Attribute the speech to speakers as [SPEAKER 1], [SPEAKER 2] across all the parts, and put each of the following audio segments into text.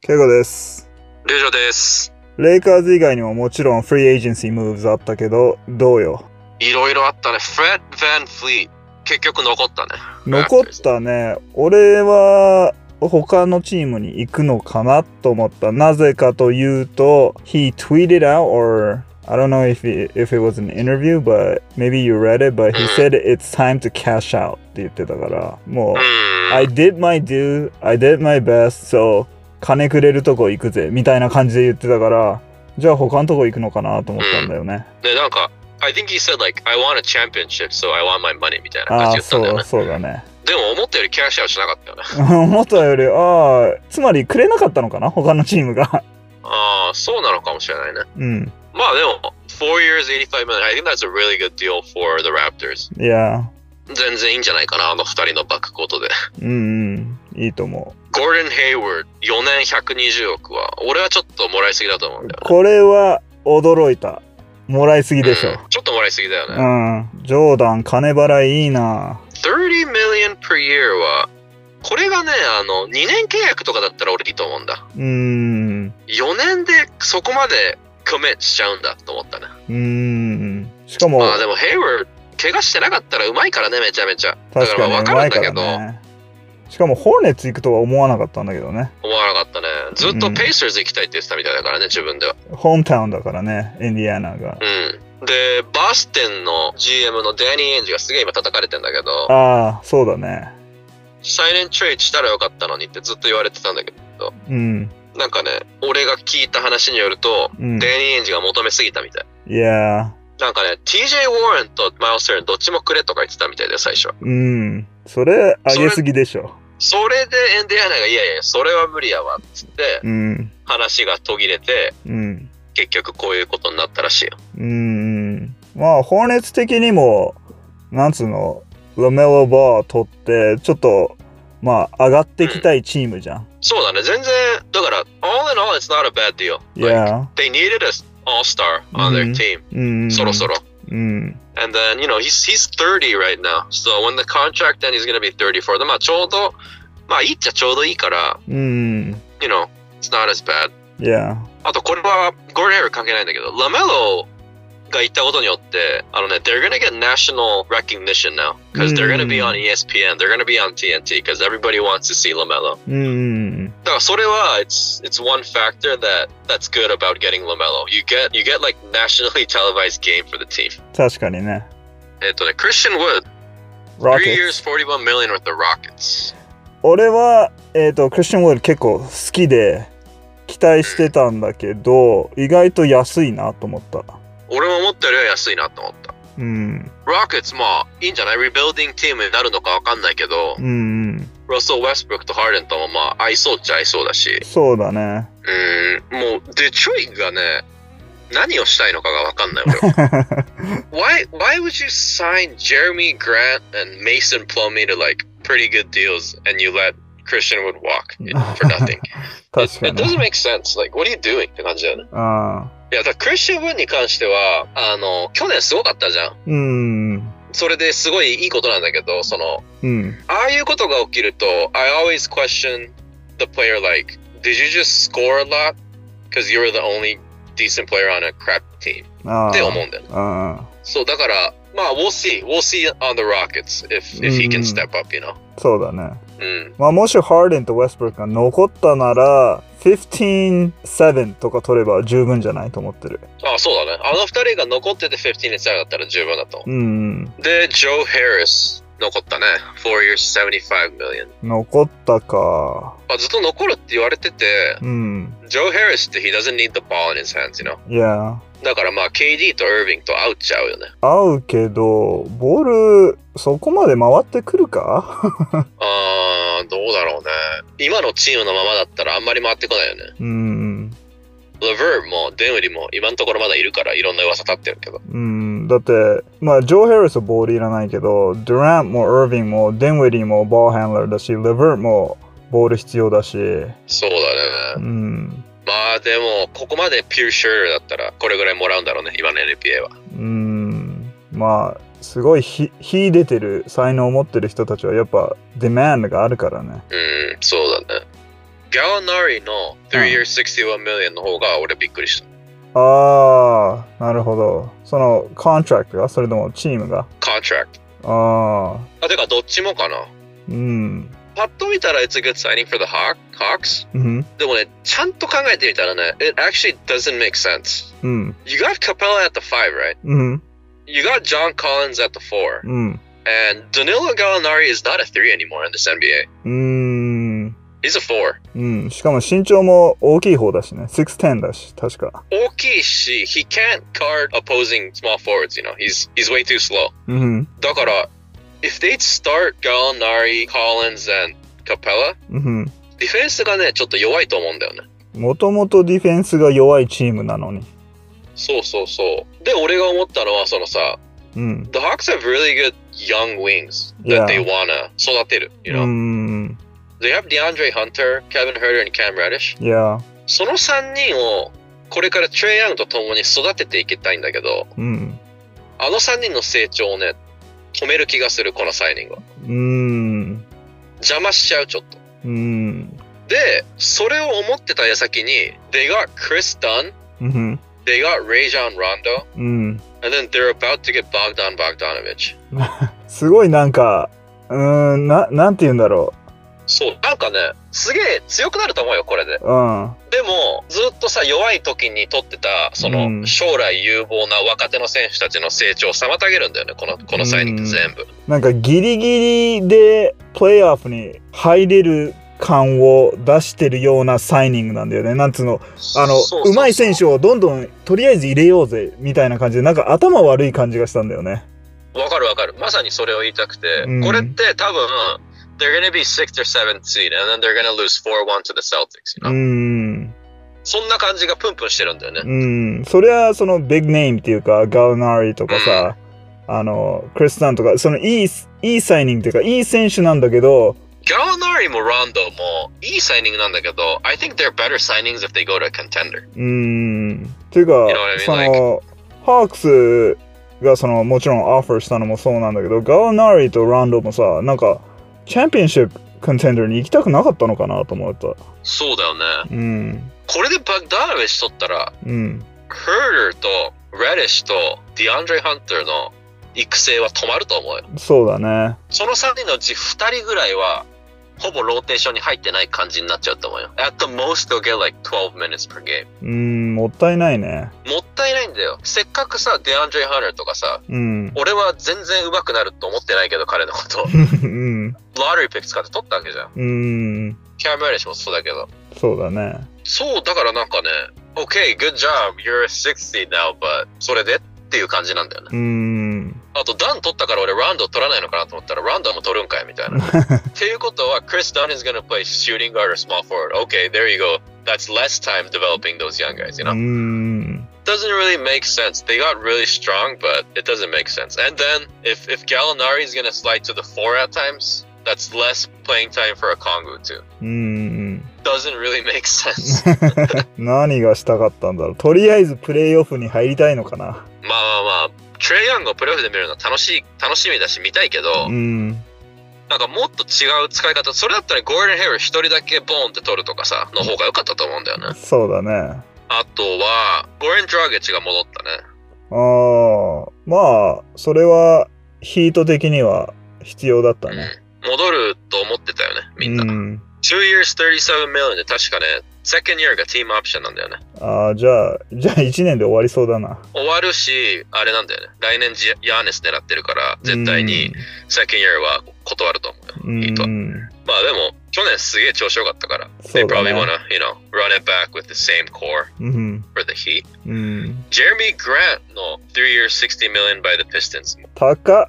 [SPEAKER 1] ケイゴです。
[SPEAKER 2] 龍城です。
[SPEAKER 1] レイカーズ以外にももちろんフリーエージェンシームーブズあったけど、どうよ。
[SPEAKER 2] いろいろあったね。フレッド・ヴァン・フリー。結局残ったね。
[SPEAKER 1] 残ったね。俺は他のチームに行くのかなと思った。なぜかというと、He tweeted out or I don't know if it, if it was an interview, but maybe you read it, but he said it's time to cash out って言ってたから、もう
[SPEAKER 2] う。ん。
[SPEAKER 1] I did my due, I did my best, so 金くれるとこ行くぜみたいな感じで言ってたから、じゃあ他のとこ行くのかなと思ったんだよね。
[SPEAKER 2] で、なんか、I think he said like, I want a championship, so I want my money みたいな
[SPEAKER 1] ああ、
[SPEAKER 2] 感じで言ったんだよ
[SPEAKER 1] そう、そう
[SPEAKER 2] ね。
[SPEAKER 1] だね。
[SPEAKER 2] でも思ったよりキャッシュアウトしなかったよね。
[SPEAKER 1] 思ったより、ああ、つまりくれなかったのかな他のチームが。
[SPEAKER 2] ああ、そうなのかもしれないね。
[SPEAKER 1] うん。
[SPEAKER 2] まあでも、4 years 85 million. I think that's a really good deal for the Raptors.
[SPEAKER 1] いや、
[SPEAKER 2] 全然いいんじゃないかな、あの二人のバックコートで。
[SPEAKER 1] うんうん。いいと思う。
[SPEAKER 2] ゴーデン・ヘイワード、4年120億は、俺はちょっともらいすぎだと思うんだよね。
[SPEAKER 1] これは驚いた。もらいすぎでしょ。
[SPEAKER 2] うんちょっともらいすぎだよね。
[SPEAKER 1] うん。ジョーダン、金払いいいな。
[SPEAKER 2] 30 million per year は、これがね、あの、2年契約とかだったら俺いいと思うんだ。
[SPEAKER 1] うん。
[SPEAKER 2] 4年でそこまでコメントしちゃうんだと思ったね。
[SPEAKER 1] うん。しかも、
[SPEAKER 2] まあでも、ヘイワード、怪我してなかったらうまいからね、めちゃめちゃ。だ
[SPEAKER 1] 確
[SPEAKER 2] か
[SPEAKER 1] か
[SPEAKER 2] らま
[SPEAKER 1] に
[SPEAKER 2] あわ
[SPEAKER 1] う
[SPEAKER 2] かる
[SPEAKER 1] ま
[SPEAKER 2] ん
[SPEAKER 1] い
[SPEAKER 2] だ
[SPEAKER 1] か
[SPEAKER 2] け
[SPEAKER 1] ら
[SPEAKER 2] ど、
[SPEAKER 1] ね。しかも、ホーネッツ行くとは思わなかったんだけどね。
[SPEAKER 2] 思わなかったね。ずっ
[SPEAKER 1] う
[SPEAKER 2] と
[SPEAKER 1] ん
[SPEAKER 2] ペイサーズ行きたいって言ってたみたいだからね、自分では。
[SPEAKER 1] ホームタウンだからね、インディアナが。
[SPEAKER 2] うん。で、バーステンの GM のデニー・エンジがすげえ今叩かれてんだけど、
[SPEAKER 1] ああ、そうだね。
[SPEAKER 2] サイレントレイドしたらよかったのにってずっと言われてたんだけど、
[SPEAKER 1] うん。
[SPEAKER 2] なんかね、俺が聞いた話によると、
[SPEAKER 1] うん。
[SPEAKER 2] デニー・エンジが求めすぎたみたい。
[SPEAKER 1] いやー、
[SPEAKER 2] なんかね、TJ ウォーレンとマイルス・テレンどっちもくれとか言ってたみたいで最初。
[SPEAKER 1] うん。それ、あげすぎでしょ。
[SPEAKER 2] それでエンディアナが、いやいや、それは無理やわ、つって
[SPEAKER 1] うん。
[SPEAKER 2] 話が途切れて、
[SPEAKER 1] うん。
[SPEAKER 2] 結局こういうことになったらしいよ。
[SPEAKER 1] うん。まあ、ホーネッツ的にも、なんつうの、ラメロバー取って、ちょっと、まあ、上がってきたいチームじゃん。
[SPEAKER 2] そうだね、全然、だから、all in all, it's not a bad deal.
[SPEAKER 1] い
[SPEAKER 2] Like,
[SPEAKER 1] や
[SPEAKER 2] they needed an all-star on
[SPEAKER 1] う
[SPEAKER 2] their
[SPEAKER 1] ん
[SPEAKER 2] team,、
[SPEAKER 1] ー、うん。
[SPEAKER 2] そろそろ。
[SPEAKER 1] うん。
[SPEAKER 2] And then, you know, he's, he's 30 right now. So when the contract ends, he's gonna be 34. でまあちょうど、まあいいっちゃちょうどいいから、
[SPEAKER 1] うん。
[SPEAKER 2] you know, it's not as bad.
[SPEAKER 1] いや
[SPEAKER 2] あとこれはゴールデン・ヘイワード関係ないんだけど、ラメロが行ったことによって、あのね、they're gonna get national recognition now. Because they're gonna be on E
[SPEAKER 1] うん
[SPEAKER 2] ESPN, they're gonna be on TNT, because everybody wants to see LaMelo.
[SPEAKER 1] ー、うん。
[SPEAKER 2] だからそれは、it's, it's one factor that, that's good about getting LaMelo. You get, you get like nationally televised game for the team.
[SPEAKER 1] 確かにね。
[SPEAKER 2] えっとね、Christian Wood,
[SPEAKER 1] ロケ
[SPEAKER 2] three years, 41 million with the Rockets.
[SPEAKER 1] 俺は、えっとクリスチャン・ウォール結構好きで期待してたんだけど意外と安いなと思った
[SPEAKER 2] 俺も思ったよりは安いなと思った。
[SPEAKER 1] うん
[SPEAKER 2] Rockets まあいいんじゃない ?Rebuilding チームになるのかわかんないけど、
[SPEAKER 1] うんうん
[SPEAKER 2] ロスウェストブルックとハーデンともまあ合いそうっちゃ合いそうだし、
[SPEAKER 1] そうだね
[SPEAKER 2] うーん、もうデチョイがね、何をしたいのかが分かんない 俺 は why, why would you sign Jeremy Grant and Mason Plumlee to like pretty good deals and you let Christian Wood walk for nothing?
[SPEAKER 1] 確
[SPEAKER 2] it,
[SPEAKER 1] か
[SPEAKER 2] it doesn't
[SPEAKER 1] に
[SPEAKER 2] make sense. Like, what are you doing? って感じだよね。
[SPEAKER 1] あ
[SPEAKER 2] いや、だから Christian Wood に関しては、あの、去年すごかったじゃん。
[SPEAKER 1] ーうん
[SPEAKER 2] それですごいいいことなんだけど、その、
[SPEAKER 1] うん
[SPEAKER 2] ああいうことが起きると、I always question the player like, did you just score a lot? Because you were the only decent player on a crap team.
[SPEAKER 1] あ
[SPEAKER 2] って思うんだよね。
[SPEAKER 1] あ
[SPEAKER 2] そう、だから、まあ、we'll see. We'll see on the Rockets if, if he can step up, you know.
[SPEAKER 1] そうだね
[SPEAKER 2] うん。
[SPEAKER 1] まあもしハーデンとウェストブルックが残ったなら15-7とか取れば十分じゃないと思ってる
[SPEAKER 2] あそうだね。あの二人が残ってて15 7だったら十分だと思
[SPEAKER 1] うん
[SPEAKER 2] う。で、ジョー・ヘリス、残ったね。4 years 75 million。
[SPEAKER 1] 残ったか
[SPEAKER 2] まあ、ずっと残るって言われてて、
[SPEAKER 1] うん
[SPEAKER 2] ジョー・ヘリスって he doesn't need the ball in his hands, you know.
[SPEAKER 1] いや
[SPEAKER 2] だからまあ、KD と Irving と合うっちゃうよね。
[SPEAKER 1] 合うけど、ボール、そこまで回ってくるか
[SPEAKER 2] あー、どうだろうね。今のチームのままだったらあんまり回ってこないよね。
[SPEAKER 1] うん。
[SPEAKER 2] レヴーもデンウリも今のところまだいるからいろんな噂立ってるけど。
[SPEAKER 1] うん。だって、まあ、ジョー・ヘルスはボールいらないけど、ドゥラントもイーヴィンもデンウェリーもボールハンダーだし、レヴェルもボール必要だし、う
[SPEAKER 2] そうだね。
[SPEAKER 1] ん。
[SPEAKER 2] まあでも、ここまでピューシュールだったらこれぐらいもらうんだろうね、今の NBA は。
[SPEAKER 1] うん。まあ、すごいひ秀でてる才能を持ってる人たちはやっぱディマンドがあるからね。
[SPEAKER 2] うん、そうだね。 Gallinari の3 year 61 million の方が俺びっくりした。
[SPEAKER 1] ああ、なるほど。その、コントラクトがそれともチームが
[SPEAKER 2] Contract。
[SPEAKER 1] ああ、
[SPEAKER 2] あ、てかどっちもかな。
[SPEAKER 1] うん。
[SPEAKER 2] パッと見たら It's a good signing for the Hawk, Hawks。
[SPEAKER 1] うん。
[SPEAKER 2] でもね、ちゃんと考えてみたらね、It actually doesn't make sense.
[SPEAKER 1] うん。
[SPEAKER 2] You got Capella at the 5, right?
[SPEAKER 1] うん。
[SPEAKER 2] You got John Collins at the 4.
[SPEAKER 1] うん。
[SPEAKER 2] And Danilo Gallinari is not a 3 anymore in this NBA.
[SPEAKER 1] うん。
[SPEAKER 2] He's a 4.
[SPEAKER 1] うん。しかも身長も大きい方だしね。610だし、確か。
[SPEAKER 2] 大きいし、he can't guard opposing small forwards, you know. He's he's way too slow.
[SPEAKER 1] うん。
[SPEAKER 2] だから、if they'd start Gallinari, Collins and Capella,
[SPEAKER 1] うん。
[SPEAKER 2] ディフェンスがね、ちょっと弱いと思うんだよね。
[SPEAKER 1] もともとディフェンスが弱いチームなのに。
[SPEAKER 2] そうそうそう。で、俺が思ったのは、そのさ、
[SPEAKER 1] うん。
[SPEAKER 2] The Hawks have really good young wings
[SPEAKER 1] Yeah. Mm.
[SPEAKER 2] that they wanna 育てる。You know?、
[SPEAKER 1] うん。
[SPEAKER 2] They have DeAndre Hunter, Kevin Herter and Cam Reddish.
[SPEAKER 1] いや、
[SPEAKER 2] その3人を、これからトレイヤングと共に育てていきたいんだけど、
[SPEAKER 1] うん。
[SPEAKER 2] あの3人の成長をね、止める気がする、このサイニングは。
[SPEAKER 1] うん。
[SPEAKER 2] 邪魔しちゃう、ちょっと。
[SPEAKER 1] うん。
[SPEAKER 2] で、それを思ってた矢先に、they got Chris Dunn,
[SPEAKER 1] うん。
[SPEAKER 2] they got Rajon Rondo,
[SPEAKER 1] うん。
[SPEAKER 2] and then they're about to get Bogdan Bogdanovich.
[SPEAKER 1] すごいなんか、うーん、な、なんて言うんだろ
[SPEAKER 2] そう、なんかね、すげえ強くなると思うよ、これで。
[SPEAKER 1] う。うん。
[SPEAKER 2] でも、ずっとさ、弱い時に取ってた、そうの、
[SPEAKER 1] ん
[SPEAKER 2] 将来有望な若手の選手たちの成長を妨げるんだよね、この、このサイニング
[SPEAKER 1] うん
[SPEAKER 2] 全部。
[SPEAKER 1] なんかギリギリでプレイオフに入れる感を出してるようなサイニングなんだよね。なんつうの、あの、
[SPEAKER 2] そうそう
[SPEAKER 1] まい選手をどんどんとりあえず入れようぜみたいな感じで、なんか頭悪い感じがしたんだよね。
[SPEAKER 2] わかるわかる。まさにそれを言いたくて、
[SPEAKER 1] うん
[SPEAKER 2] これって多分、they're gonna be sixth or seventh seed, and then they're gonna lose 4-1 to the Celtics,
[SPEAKER 1] う
[SPEAKER 2] you know?
[SPEAKER 1] ん。
[SPEAKER 2] そんな感じがプンプンしてるんだよね。
[SPEAKER 1] うん。それはそのビッグネームっていうか、ガウナーリとかさ、あの、クリスタンとか、そのいい、いいサイニングっていうか、いい選手なんだけど、
[SPEAKER 2] Gallinari も Rondo もいいサイニングなんだけど、I think they're better signings if they go to a contender.
[SPEAKER 1] うーん。っていうか
[SPEAKER 2] You know what I mean?、
[SPEAKER 1] その、ハークスがその、もちろんオファーしたのもそうなんだけど、ガーナーリとランドもさ、なんか、チャンピオンシップコンテンダーに行きたくなかったのかなと思った。
[SPEAKER 2] そうだよね。
[SPEAKER 1] うん。
[SPEAKER 2] これでバグダーウェシ取ったら、
[SPEAKER 1] うん。
[SPEAKER 2] Herder と Reddish と DeAndre Hunter の育成は止まると思うよ。
[SPEAKER 1] そうだね。
[SPEAKER 2] その3人のうち2人ぐらいは、ほぼローテーションに入ってない感じになっちゃうと思うよ。At the most, they'll get like 12 minutes per game.
[SPEAKER 1] うーん、もったいないね。
[SPEAKER 2] もったいないんだよ。せっかくさ、DeAndre Hunter とかさ、
[SPEAKER 1] うん。
[SPEAKER 2] 俺は全然上手くなると思ってないけど、彼の こと。
[SPEAKER 1] うん。
[SPEAKER 2] ローリーピック使って取ったわけじゃん。
[SPEAKER 1] うん。
[SPEAKER 2] キャメラシもそうだけど。
[SPEAKER 1] そうだね。
[SPEAKER 2] そう、だからなんかね、OK, good job, you're 60 now, but それでっていう感じなんだよね。
[SPEAKER 1] うーん。
[SPEAKER 2] あと、ダン取ったから俺、ランド取らないのかなと思ったら、ランドも取るんかいみたいな。っていうことは、Chris Dunn is gonna play shooting guard or small forward. OK, there you go. That's less time developing those young guys, you
[SPEAKER 1] うー
[SPEAKER 2] know?
[SPEAKER 1] ん。
[SPEAKER 2] Doesn't really make sense. They got really strong, but it doesn't make sense. And then, if, if Gallinari is gonna slide to the four at times, that's less playing time for a Kongu, too.
[SPEAKER 1] うーん。
[SPEAKER 2] Doesn't really make sense.
[SPEAKER 1] 何がしたかったんだろう。とりあえずプレイオフに入りたいのかな。
[SPEAKER 2] まあまあまあ、トレイヤングをプレーオフで見るのは楽しい、楽しみだし見たいけど、
[SPEAKER 1] うん。
[SPEAKER 2] なんかもっと違う使い方、それだったらゴールデンヘイル一人だけボーンって取るとかさ、の方が良かったと思うんだよね。
[SPEAKER 1] そうだね。
[SPEAKER 2] あとは、ゴールデン・ドラゲッチが戻ったね。
[SPEAKER 1] ああ、まあ、それはヒート的には必要だったね。
[SPEAKER 2] 戻ると思ってたよね、みんな。
[SPEAKER 1] うん、
[SPEAKER 2] 2 years 37 million で確かね、second year がティームオプションなんだよね。
[SPEAKER 1] ああ、じゃあ、じゃあ1年で終わりそうだな。
[SPEAKER 2] 終わるし、あれなんだよね。来年ジヤーネス狙ってるから、絶対に second year は断ると思うよ。
[SPEAKER 1] うん、
[SPEAKER 2] いいと
[SPEAKER 1] うん
[SPEAKER 2] まあでも、去年すげえ調子良かったから、
[SPEAKER 1] そ
[SPEAKER 2] They
[SPEAKER 1] うだ
[SPEAKER 2] probably
[SPEAKER 1] ね。
[SPEAKER 2] wanna, you know, run it back with the same core
[SPEAKER 1] うん
[SPEAKER 2] for the Heat.
[SPEAKER 1] うん、
[SPEAKER 2] Jeremy Grant の3 year 60 million by the Pistons.
[SPEAKER 1] 高っ。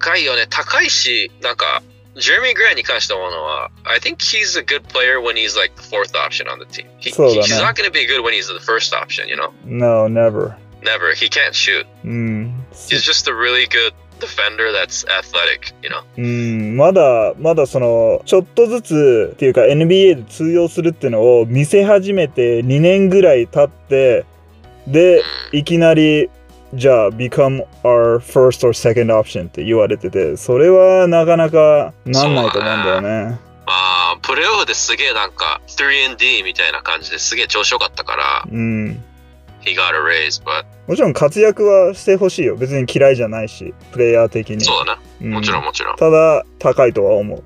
[SPEAKER 2] 高いよね。高いし、なんか、Jeremy Grant に関して思うのは、I think he's a good player when he's like the fourth option on the team. He,
[SPEAKER 1] そうだね
[SPEAKER 2] he's not going to be good when he's the first option, you know?
[SPEAKER 1] No, never.
[SPEAKER 2] Never. He can't shoot.
[SPEAKER 1] うん、
[SPEAKER 2] He's just a really good defender that's athletic, you know?
[SPEAKER 1] うん、まだまだそのちょっとずつっていうか NBA で通用するっていうのを見せ始めて2年ぐらい経ってで
[SPEAKER 2] Mm.
[SPEAKER 1] いきなりじゃあ become our first or second option って言われててそれはなかなかなんないと思うんだよね
[SPEAKER 2] まあ、プレーオフですげえなんか 3&D みたいな感じですげえ調子良かったから、
[SPEAKER 1] うん。
[SPEAKER 2] he got a raise, but
[SPEAKER 1] もちろん活躍はしてほしいよ。別に嫌いじゃないし、プレイヤー的に。
[SPEAKER 2] そうだ
[SPEAKER 1] う
[SPEAKER 2] な。もちろんもちろん。
[SPEAKER 1] ただ、高いとは思う。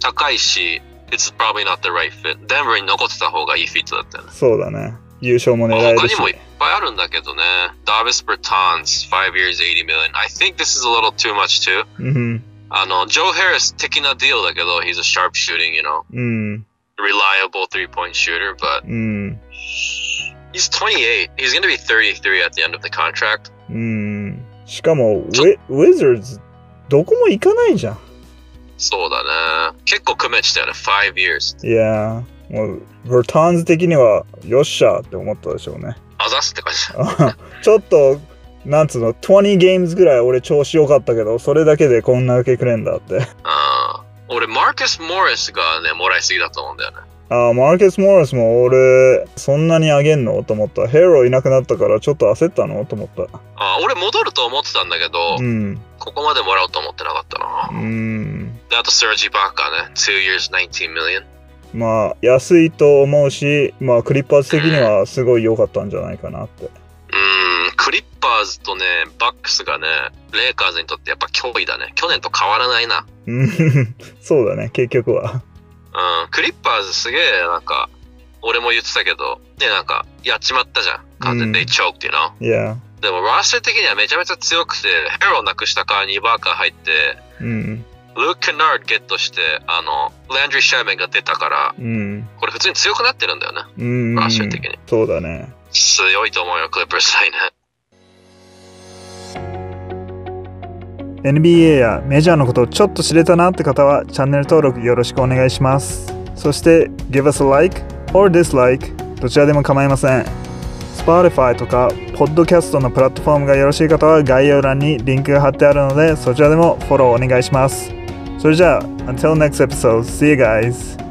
[SPEAKER 2] 高いし、it's probably not the right fit. デンブルに残ってた方がいいフィットだったよね。
[SPEAKER 1] そうだね。優勝も狙える
[SPEAKER 2] 他に
[SPEAKER 1] し。
[SPEAKER 2] もいっぱいあるんだけどね。ダービス・ブルタンス、5 years 80 million. I think this is a little too much too.
[SPEAKER 1] うん。
[SPEAKER 2] あの、ジョー・ヘリス的なディールだけど、he's a sharp shooting, you know,
[SPEAKER 1] うん。
[SPEAKER 2] reliable three point shooter, but
[SPEAKER 1] うん。
[SPEAKER 2] he's 28. He's going to be 33 at the end of the contract.
[SPEAKER 1] うん。しかも、ウィウィザーズ、どこも行かないじゃん。
[SPEAKER 2] そうだね。結構コメットしたよね。5 years.
[SPEAKER 1] いやー、もう、ブルターンズ的には、よっしゃーって思ったでしょうね。
[SPEAKER 2] あざすって感じ。
[SPEAKER 1] あちょっと、なんつうの、20ゲームズぐらい俺調子良かったけど、それだけでこんな受けくれんだって。
[SPEAKER 2] あー俺、マーカス・モリスがね、もらいすぎだと思うんだよね。
[SPEAKER 1] ああ、マーケス・モーレスも俺、そんなにあげんのと思った。ヘローいなくなったからちょっと焦ったのと思った。
[SPEAKER 2] あー俺、戻ると思ってたんだけど、
[SPEAKER 1] うん。
[SPEAKER 2] ここまでもらおうと思ってなかったな
[SPEAKER 1] う。ん。
[SPEAKER 2] で、あと、サージ・バッカーね。2 years, 19 million.
[SPEAKER 1] まあ、安いと思うし、まあ、クリッパーズ的にはすごい良かったんじゃないかなって。
[SPEAKER 2] うーん、クリッパーズとね、バックスがね、レイカーズにとってやっぱ脅威だね。去年と変わらないな。
[SPEAKER 1] うん。 そうだね、結局は。
[SPEAKER 2] うん、クリッパーズすげえ、なんか、俺も言ってたけど、ね、なんか、やっちまったじゃん。完全に
[SPEAKER 1] うん
[SPEAKER 2] they choked, you know?
[SPEAKER 1] いや、
[SPEAKER 2] でも、ラッシャー的にはめちゃめちゃ強くて、ヘローなくしたからにバーカー入って、
[SPEAKER 1] うん。
[SPEAKER 2] ルーク・ケナードゲットして、あの、ランドリー・シャーメンが出たから、
[SPEAKER 1] うん。
[SPEAKER 2] これ普通に強くなってるんだよね。
[SPEAKER 1] うん。
[SPEAKER 2] ラッシャー的に。
[SPEAKER 1] そうだね。
[SPEAKER 2] 強いと思うよ、クリッパーズ来年。
[SPEAKER 1] NBA やメジャーのことをちょっと知れたなって方はチャンネル登録よろしくお願いします。そして Give us a like or dislike どちらでも構いません。Spotify とか Podcast のプラットフォームがよろしい方は概要欄にリンクが貼ってあるのでそちらでもフォローお願いします。それじゃあ Until next episode, see you guys!